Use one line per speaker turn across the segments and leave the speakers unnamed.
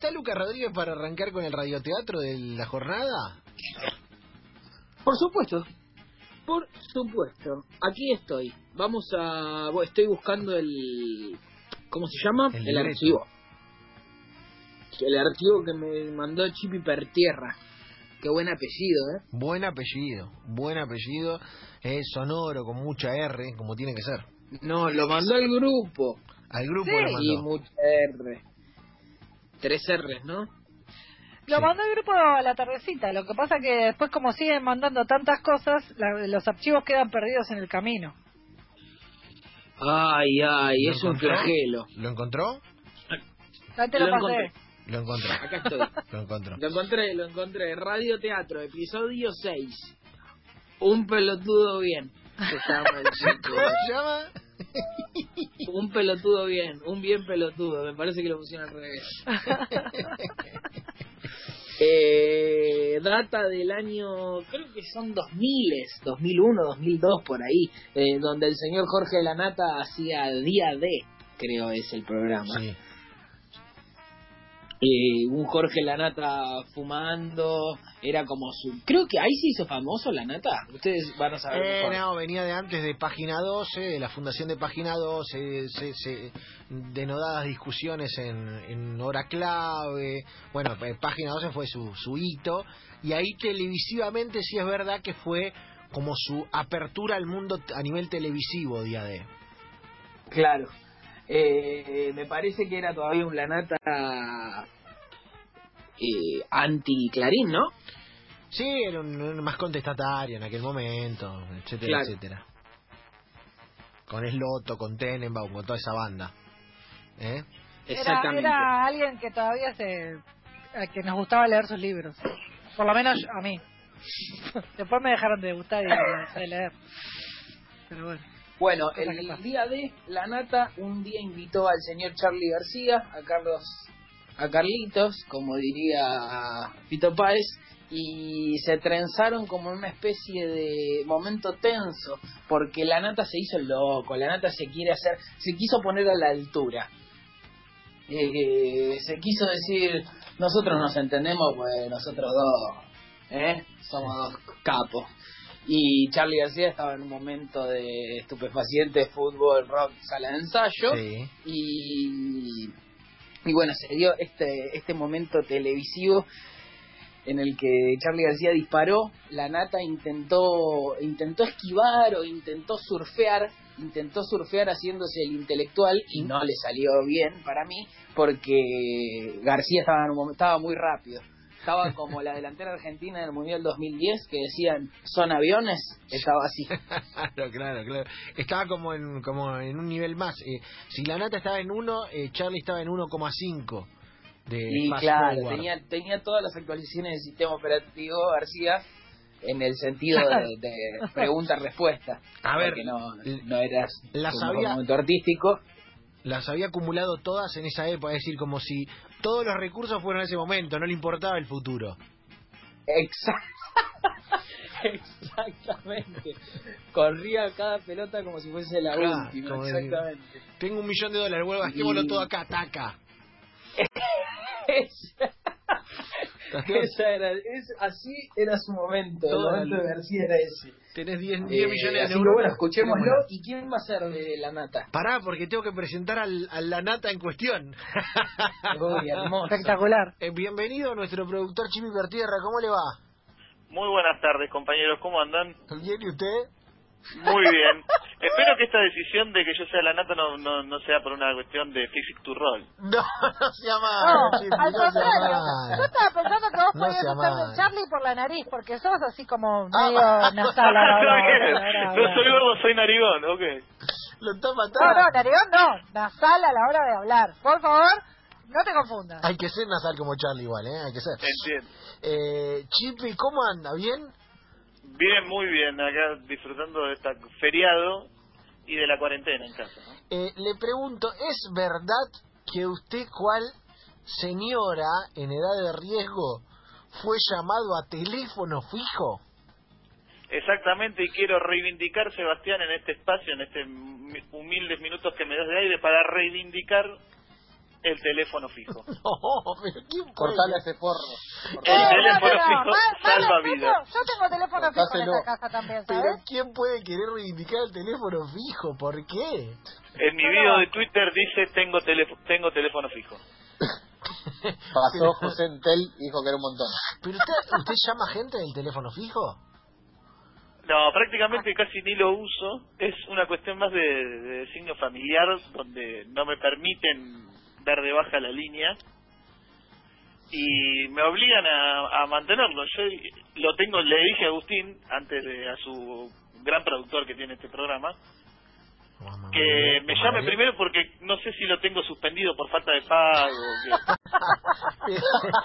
¿Está Lucas Rodríguez para arrancar con el radioteatro de la jornada?
Por supuesto, por supuesto. Aquí estoy. Vamos a. bueno, Estoy buscando el. ¿Cómo se llama?
El
El,
libreto.
archivo. El archivo que me mandó Chipi Pertierra. Qué buen apellido, ¿eh?
Buen apellido, buen apellido. Es sonoro, con mucha R, como tiene que ser.
No, lo mandó el grupo.
Al grupo lo
Y
mandó.
mucha R. Tres R's, ¿no?
Lo
Sí.
mandó el grupo a la tardecita. Lo que pasa que después, como siguen mandando tantas cosas, la- los archivos quedan perdidos en el camino.
Ay, ay,
¿Lo
es un
encontró?
flagelo.
¿Lo encontró?
Ya te lo,
Lo
pasé.
encontré.
Lo encontró.
Acá estoy.
Lo encontró.
Lo encontré, lo encontré. Radio Teatro, episodio 6. Un pelotudo bien. Se llama el
¿Cómo
título.
se llama?
un pelotudo bien, un bien pelotudo. Me parece que lo pusieron al revés. Eh, data del año, creo que son 2000, 2001, 2002, por ahí. eh, donde el señor Jorge Lanata hacía Día D, creo es el programa.
Sí.
Eh, un Jorge Lanata fumando, era como su... Creo que ahí se hizo famoso Lanata, ustedes van a saber.
Eh,
mejor.
no, venía de antes de Página 12, de la fundación de Página 12, se, se- denodadas discusiones en, en hora clave. Bueno, eh, Página 12 fue su, su hito. Y ahí televisivamente sí es verdad que fue como su apertura al mundo t- a nivel televisivo día de.
Claro. Eh, me parece que era todavía un Lanata eh, anti-Clarín, ¿no?
Sí, era un, un más contestatario en aquel momento, etcétera,
Claro.
etcétera. Con Sloto, con Tenenbaum, con toda esa banda. ¿Eh?
Era, era alguien que todavía se. a que nos gustaba leer sus libros. Por lo menos a mí. Después me dejaron de gustar y de de leer. Pero bueno.
Bueno,
Cosa que
el
pasa.
día de la nata, un día invitó al señor Charlie García, a Carlos, a Carlitos, como diría Pito Páez, y se trenzaron como en una especie de momento tenso, porque la nata se hizo loco, la nata se quiere hacer, se quiso poner a la altura. Eh, se quiso decir, nosotros nos entendemos, pues nosotros dos, ¿eh? Somos dos capos. Y Charlie García estaba en un momento de estupefaciente, fútbol, rock, sala de ensayo.
Sí.
Y, y bueno, se dio este, este momento televisivo en el que Charlie García disparó, la nata intentó, intentó esquivar o intentó surfear, intentó surfear haciéndose el intelectual y no le salió bien para mí porque García estaba, en un momen- estaba muy rápido. Estaba como la delantera argentina en el Mundial 2010 que decían, son aviones, estaba así.
Claro, claro, claro. Estaba como en, como en un nivel más. Eh, si la nata estaba en 1, Charlie estaba en 1,5 de
Y
fast
claro,
forward.
tenía, tenía todas las actualizaciones del sistema operativo García en el sentido de, de pregunta-respuesta.
A ver,
porque no, no era
la
un
sabía-
momento artístico.
Las había acumulado todas en esa época, es decir, como si todos los recursos fueran en ese momento, no le importaba el futuro.
Exact- exactamente. Corría cada pelota como si fuese la
Claro,
última.
como de-
Exactamente.
Tengo un millón de dólares, bueno, gastémoslo
Y-
todo acá, taca.
Esa- esa era, es, así era su momento. El
Toda la
momento de
luz.
García era ese.
Tenés 10,
Eh,
10 millones de
así que
euros.
bueno, escuchémoslo.
Bueno,
¿Y quién va a ser de la nata?
Pará, porque tengo que presentar al, a la nata en cuestión.
Uy, hermoso.
Espectacular.
Eh, bienvenido nuestro productor Chipi Pertierra, ¿cómo le va?
Muy buenas tardes, compañeros. ¿Cómo andan?
¿Bien y usted?
Muy bien. Espero que esta decisión de que yo sea la nata no, no, no sea por una cuestión de physics to roll.
No, no se llama.
No,
Chipi,
al
Ah, no se
contrario. Yo
llama.
estaba pensando que vos
No
podías
se
gustar
amaba.
de Charlie por la nariz, porque sos así como
Ah.
medio nasal. ahora, ahora, ahora,
no soy
ahora.
gordo, soy narigón. Ok.
Lo está
No, no,
matando.
narigón no. Nasal a la hora de hablar. Por favor, no te confundas.
Hay que ser nasal como Charlie igual, ¿eh? Hay que ser.
Entiendo.
Eh, Chipi, ¿cómo anda? ¿Bien?
Bien, muy bien. Acá disfrutando de este feriado y de la cuarentena en casa. ¿no?
Eh, le pregunto, ¿es verdad que usted, cual señora en edad de riesgo, fue llamado a teléfono fijo?
Exactamente, y quiero reivindicar, Sebastián, en este espacio, en este humildes minutos que me das de aire, para reivindicar el teléfono fijo.
No, pero ¿quién
Cortale
puede?
ese forro.
El
Cortale.
No, no,
teléfono
no,
fijo
más- más
salva
respeto,
vidas.
Yo tengo teléfono fijo en
Cortáselo.
esta casa también,
Pero
¿sabes?
¿quién puede querer reivindicar el teléfono fijo? ¿Por qué?
En mi video de Twitter dice tengo teléfono, tengo teléfono fijo.
Pasó José Entel y dijo que era un montón.
¿Pero usted, usted llama gente del teléfono fijo?
No, prácticamente casi ni lo uso. Es una cuestión más de, de signo familiar donde no me permiten dar de baja la línea y me obligan a, a mantenerlo. Yo lo tengo, le dije a Agustín antes de a su gran productor que tiene este programa
Mamá
que
mía,
me
mamá
llame
mía.
primero porque no sé si lo tengo suspendido por falta de pago. que-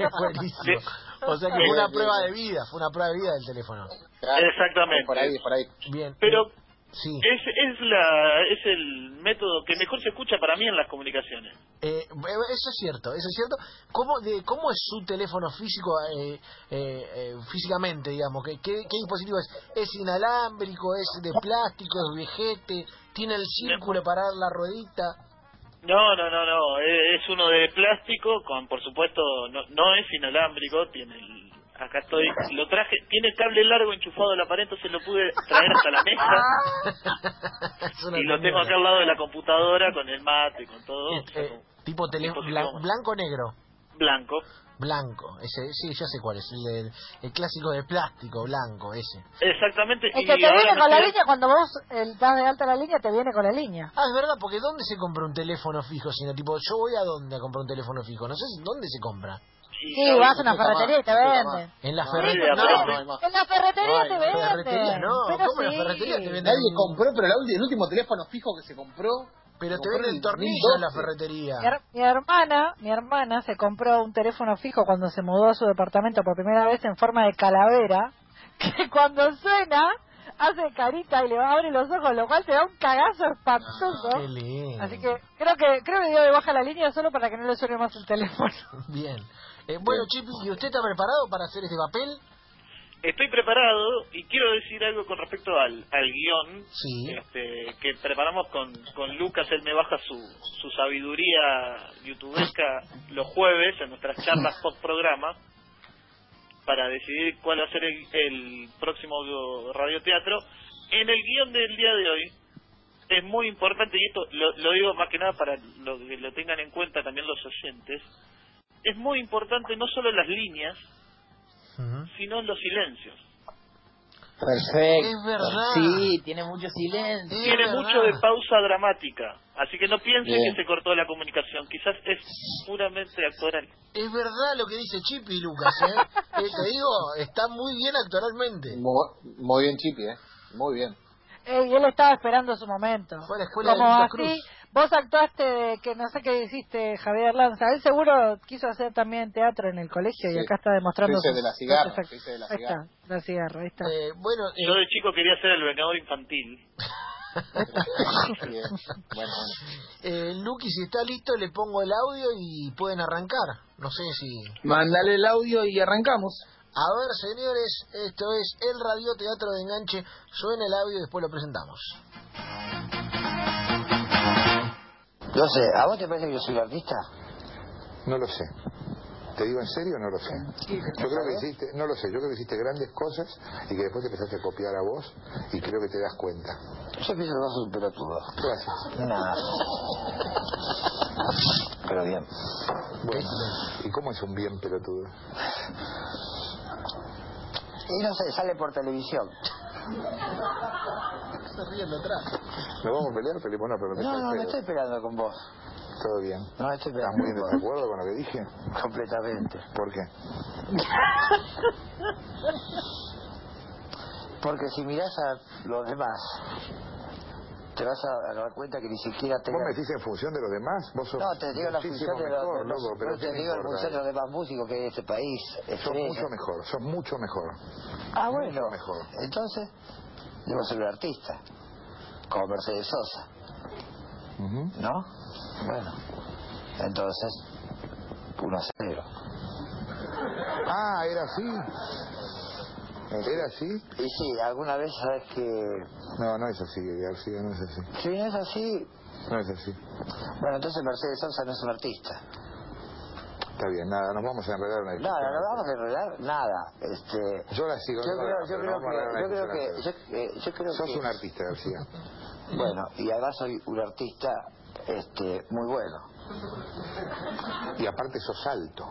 Buenísimo. O sea que fue una prueba de vida, fue una prueba de vida del teléfono.
Claro.
Exactamente.
Por ahí, por ahí.
Bien. eh,
Pero
Sí.
es es la es el método que mejor se escucha para mí en las comunicaciones.
Eh, eso es cierto, eso es cierto. ¿Cómo, de, cómo es su teléfono físico eh, eh, eh, físicamente, digamos? ¿Qué, qué, qué dispositivo es? ¿Es inalámbrico? ¿Es de plástico? ¿Es viejete? ¿Tiene el círculo para dar la ruedita?
No, no, no, no. eh, Es uno de plástico, con por supuesto no, no es inalámbrico. Tiene el, acá estoy. Lo traje. Tiene el cable largo enchufado a la pared, entonces lo pude traer hasta la mesa
Es una
y lo tengo
ternura.
acá al lado de la computadora con el mate, con todo o sea,
Eh,
con-
tipo teléfono
dispositivo.
blanco-negro.
blanco.
Blanco, ese, sí, ya sé cuál es, el, del- el clásico de plástico blanco, ese.
Exactamente.
Es
y
que te
ahora
viene
me
con la
estoy-
línea, cuando vos eh, das de alta la línea, te viene con la línea.
Ah, es verdad, porque ¿dónde se compra un teléfono fijo? Sino tipo, yo voy a dónde a comprar un teléfono fijo, no sé si- dónde se compra.
y
Sí,
ahora-
vas a una
Nunca más,
ferretería y te
nunca
venden.
más.
En la
No,
ferretería,
no,
no,
no, hay más.
En la ferretería
No,
te
en
la
venden.
ferretería no,
Pero
¿cómo en la
sí.
ferretería te venden?
Nadie compró, pero el, audio- el último teléfono fijo que se compró.
pero
se
te
compró
venden
el
tornillo en la
2012.
ferretería.
Mi, her- mi hermana, mi hermana se compró un teléfono fijo cuando se mudó a su departamento por primera vez en forma de calavera, que cuando suena hace carita y le abre los ojos, lo cual te da un cagazo espantoso.
Ah, Qué lindo.
Así que creo que creo que dio de baja la línea solo para que no le suene más el teléfono.
Bien. Eh, bueno, Chipi, ¿y usted está preparado para hacer este papel?
Estoy preparado y quiero decir algo con respecto al, al guión
Sí.
este, que preparamos con, con Lucas. Él me baja su, su sabiduría youtubesca los jueves en nuestras charlas post programa para decidir cuál va a ser el, el próximo radioteatro. En el guión del día de hoy es muy importante, y esto lo, lo digo más que nada para lo, que lo tengan en cuenta también los oyentes, es muy importante no solo las líneas, sino los silencios.
Perfecto.
Es verdad.
Sí, tiene mucho silencio.
Es
tiene
verdad.
mucho de pausa dramática, así que no piensen
Bien.
que se cortó la comunicación, quizás es puramente actoral.
Es verdad lo que dice Chipi, Lucas, ¿eh? Eh, Te digo, está muy bien actualmente.
Mo- Muy bien, Chipi, ¿eh? Muy bien.
Eh, y él estaba esperando su momento.
Fue a la escuela de
Como
Lito
así,
Cruz.
vos actuaste de que no sé qué hiciste, Javier Lanza. Él seguro quiso hacer también teatro en el colegio y
Sí.
acá está demostrando.
Dice
sus-
de la cigarra,
Exacto.
dice de la
Ahí está,
cigarra.
la cigarra, ahí está.
Eh, bueno, eh,
Yo de chico quería ser el vengador infantil.
Bien. Bueno, bueno.
eh, Luqui, si está listo, le pongo el audio y pueden arrancar. No sé si...
Mandale el audio y arrancamos.
A ver, señores, esto es el radioteatro de enganche. Suena el audio y después lo presentamos.
No sé, ¿a vos te parece que yo soy artista?
No lo sé. Te digo en serio, no lo sé. Yo creo que hiciste, no lo sé, yo creo que hiciste grandes cosas y que después te empezaste a copiar a vos y creo que te das cuenta.
Yo pienso que vas un pelotudo.
Gracias.
Nada. Pero bien.
Bueno, ¿y cómo es un bien pelotudo?
Y no sé, sale por televisión.
¿Nos vamos a pelear? Peleemos, no, pero no te
No, no, no
pedo.
estoy peleando con vos.
Todo bien.
No estoy
¿Estás
peleando
muy en
con vos.
desacuerdo con lo que dije?
Completamente.
¿Por qué?
Porque si mirás a los demás, te vas a dar cuenta que ni siquiera te...
¿Vos me decís en función de los demás? Vos sos
No, te digo la
muchísimo
función de los,
mejor,
de los-
loco, pero
te
¿qué me
digo la
importa?
función de los demás músicos que hay en este país.
Sos
estrellas.
mucho mejor, sos mucho mejor.
Ah, bueno.
Mucho mejor.
Entonces, yo soy un artista, como Mercedes Sosa,
Ujú.
¿no? Bueno, entonces, 1 a 0.
Ah, era así. ¿Era así?
Y sí, alguna vez sabes que,
No, no es así, García, no es así.
si no es así,
No es así.
Bueno, entonces Mercedes Sosa no es un artista.
Está bien, nada, nos vamos a enredar en el
No, no, no vamos a enredar nada. Este,
Yo la sigo.
yo
no la
creo,
conozco,
yo
pero
creo
vamos a
que, yo
enredar
creo que, yo,
en el personaje.
eh, yo creo
Sos
que-
un artista, García.
Bueno, y además soy un artista este, muy bueno.
Y aparte sos alto.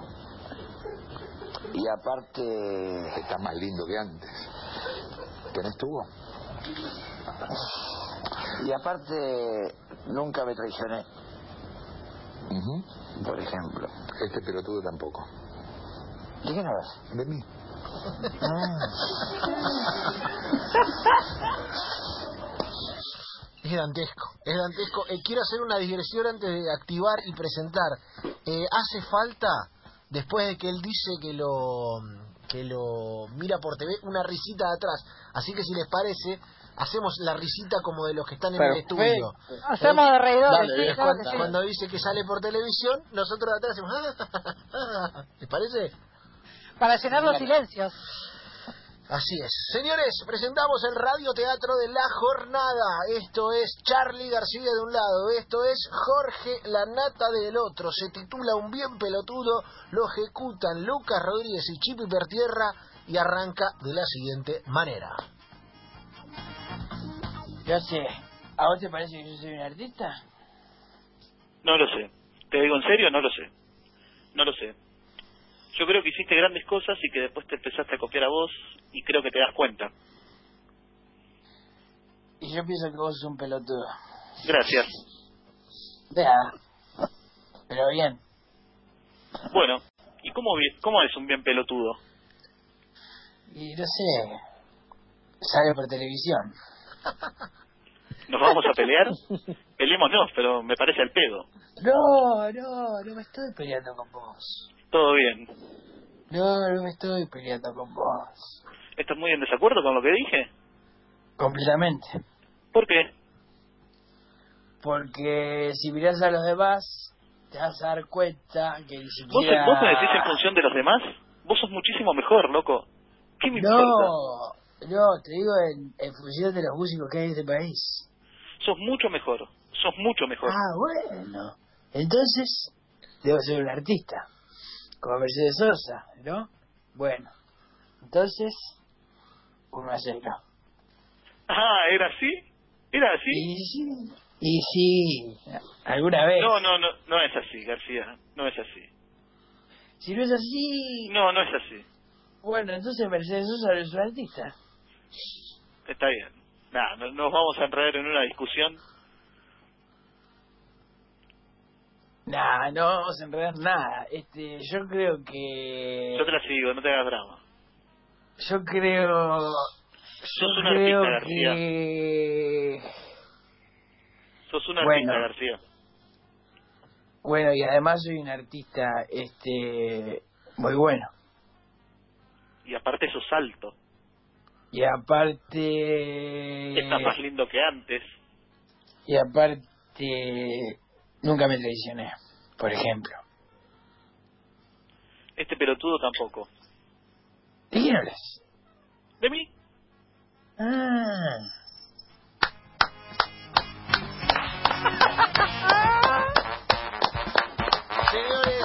Y aparte,
Estás más lindo que antes. ¿Tenés tubo?
y aparte nunca me traicioné,
Ujú.
por ejemplo.
Este pelotudo tampoco.
¿De qué no vas?
De mí.
Es dantesco, es dantesco. Eh, quiero hacer una digresión antes de activar y presentar. Eh, hace falta, después de que él dice que lo que lo mira por TV, una risita de atrás. Así que si les parece, hacemos la risita como de los que están en el
Perfecto.
estudio.
Hacemos de reidores,
Dale,
sí, claro que
descuenta.
sí.
Cuando dice que sale por televisión, nosotros de atrás hacemos... ¿Les parece?
Para llenar los silencios.
Así es. Señores, presentamos el radioteatro de la jornada. Esto es Charlie García de un lado, esto es Jorge La Nata del otro. Se titula Un bien pelotudo, lo ejecutan Lucas Rodríguez y Chipi Pertierra y arranca de la siguiente manera.
Yo sé. ¿A vos te parece que yo soy un artista?
No lo sé. Te digo en serio, no lo sé. No lo sé. Yo creo que hiciste grandes cosas y que después te empezaste a copiar a vos y creo que te das cuenta.
Y yo pienso que vos sos un pelotudo.
Gracias.
Vea. Pero bien.
Bueno, ¿y cómo, vi- cómo es un bien pelotudo?
Y no sé. Sale por televisión.
¿Nos vamos a pelear? Peleémonos, pero me parece al pedo.
No, no, no me estoy peleando con vos.
Todo bien.
No, no me estoy peleando con vos.
¿Estás muy en desacuerdo con lo que dije?
Completamente.
¿Por qué?
Porque si mirás a los demás, te vas a dar cuenta que ni
¿Vos,
siquiera...
vos me decís en función de los demás? Vos sos muchísimo mejor, loco. ¿Qué me importa?
No, no, te digo en, en función de los músicos que hay en este país.
Sos mucho mejor. Sos mucho mejor.
Ah, bueno. Entonces, debo ser un artista. Como Mercedes Sosa, ¿no? Bueno. Entonces, uno a cero.
Ah, ¿era así? ¿Era así?
Y sí, y sí, alguna vez.
No, no, no, no es así, García. No es así.
Si no es así,
No, no es así.
bueno, entonces Mercedes Sosa no es un artista.
Está bien. Nada, no- nos vamos a enredar en una discusión.
Nah, no vamos a enredar nada. Este, yo creo que...
Yo te la sigo, no te hagas drama.
Yo creo.
Sos un
Yo creo
artista, García.
que.
Sos un artista,
Bueno.
García.
Bueno, y además soy un artista este muy bueno.
Y aparte sos alto.
Y aparte.
Estás más lindo que antes.
Y aparte. Nunca me traicioné, por ejemplo.
Este pelotudo tampoco.
¿De quién hablas?
¿De mí?
Ah.
Señores,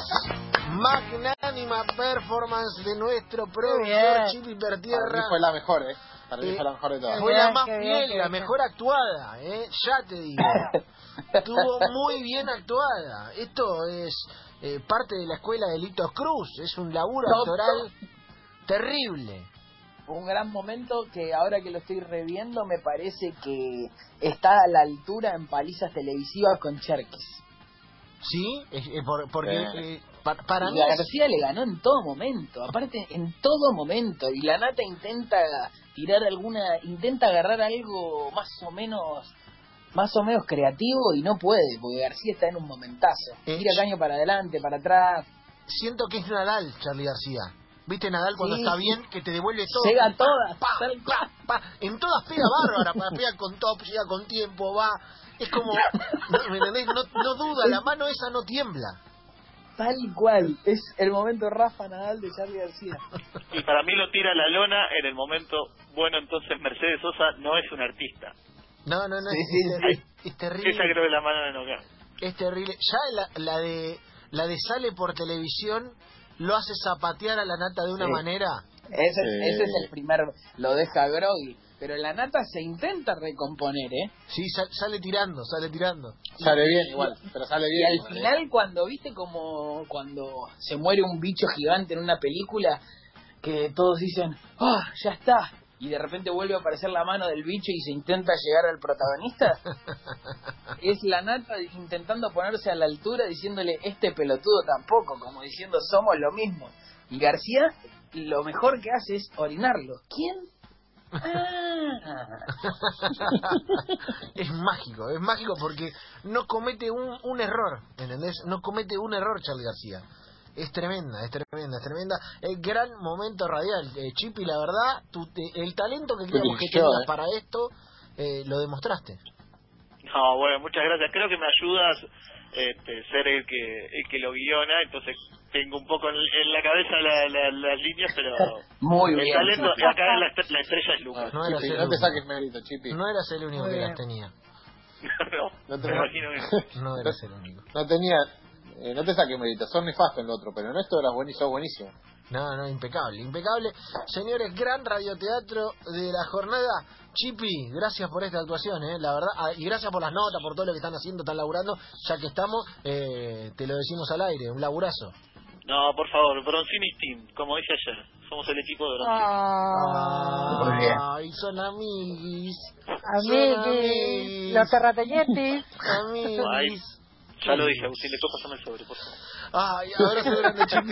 magnánima performance de nuestro
bien.
productor Chipi Pertierra.
Para mí fue la mejor, ¿eh? Para mí
Eh,
fue la mejor de todas.
Fue
Qué
la
bien,
más
qué bien,
fiel,
qué
la
bien.
mejor actuada, ¿eh? ya te digo. Estuvo muy bien actuada. Esto es eh, parte de la escuela de Litos Cruz. Es un laburo actoral terrible.
un gran momento que ahora que lo estoy reviendo me parece que está a la altura en palizas televisivas con Cherkis.
¿Sí? Eh, eh, por- porque
Eh.
eh, pa- para
Y
mí
a
es-
García le ganó en todo momento, aparte en todo momento. Y la nata intenta tirar alguna, intenta agarrar algo más o menos, más o menos creativo y no puede, porque García está en un momentazo.
Eh,
Tira caño para adelante, para atrás,
siento que es Nadal, Charlie García. ¿Viste Nadal cuando
Sí,
está
sí.
bien? Que te devuelve todo.
llega
Pa,
a todas,
pa,
tal
pa,
cual.
pa. En todas pega bárbara, pa, pega con top, llega con tiempo, va. Es como, no, ¿me entendés? No, no duda, la mano esa no tiembla.
tal cual. Es el momento Rafa Nadal de Charlie García.
Y para mí lo tira a la lona en el momento. Bueno, entonces Mercedes Sosa no es un artista.
No, no, no,
Sí,
es,
sí,
es terri-
sí.
es
Esa
terrible.
creo que es la mano de Noca.
Es terrible. Ya la, la de la de sale por televisión lo hace zapatear a la nata de una
Sí.
manera.
Ese,
Sí.
ese es el primer, lo deja groggy. Pero la nata se intenta recomponer, ¿eh?
Sí, sal- sale tirando, sale tirando.
Sale bien igual, pero sale
Y
bien.
al final, cuando viste como cuando se muere un bicho gigante en una película, que todos dicen, ¡ah, ya está! Y de repente vuelve a aparecer la mano del bicho y se intenta llegar al protagonista. es la nata intentando ponerse a la altura diciéndole, este pelotudo tampoco, como diciendo, somos lo mismo. Y García lo mejor que hace es orinarlo. ¿Quién? Ah.
Es mágico, es mágico porque no comete un, un error, ¿entendés? No comete un error Charlie García. Es tremenda, es tremenda, es tremenda. El gran momento radial. Eh, Chipi, la verdad, tu, te- el talento que creíamos que
Brilló,
tenías
eh.
para esto, eh, lo demostraste.
No, bueno, muchas gracias. Creo que me ayudas este, ser el que el que lo guiona, entonces tengo un poco en, en la cabeza la- la- las líneas, pero
Muy
el
bien.
talento,
Chipi.
acá la, estre- la estrella es Lucas.
No era
Chipi,
ser
no te
uno.
saques mérito, Chipi.
No eras el único
Muy
que
bien.
las tenía.
no,
No te-
me imagino que...
No eras el único.
No tenía, eh, no te saques mérito, son nefastos en lo otro, pero en esto eras buenísimo, sos buenísimo.
No, no, impecable, impecable. Señores, gran radioteatro de la jornada. Chipi, gracias por esta actuación, eh, la verdad. Ah, y gracias por las notas, por todo lo que están haciendo, están laburando. Ya que estamos, eh, te lo decimos al aire, un laburazo.
No, por favor, Broncini Team, como dije ayer, somos el equipo de Broncini.
Ah,
Muy bien.
Ay, son amiguis.
amiguis, los terratenientes.
Amiguis.
Ay, ya lo dije, Agustín, después pasame el sobre, por favor.
Ay, abrazo grande, Chipi.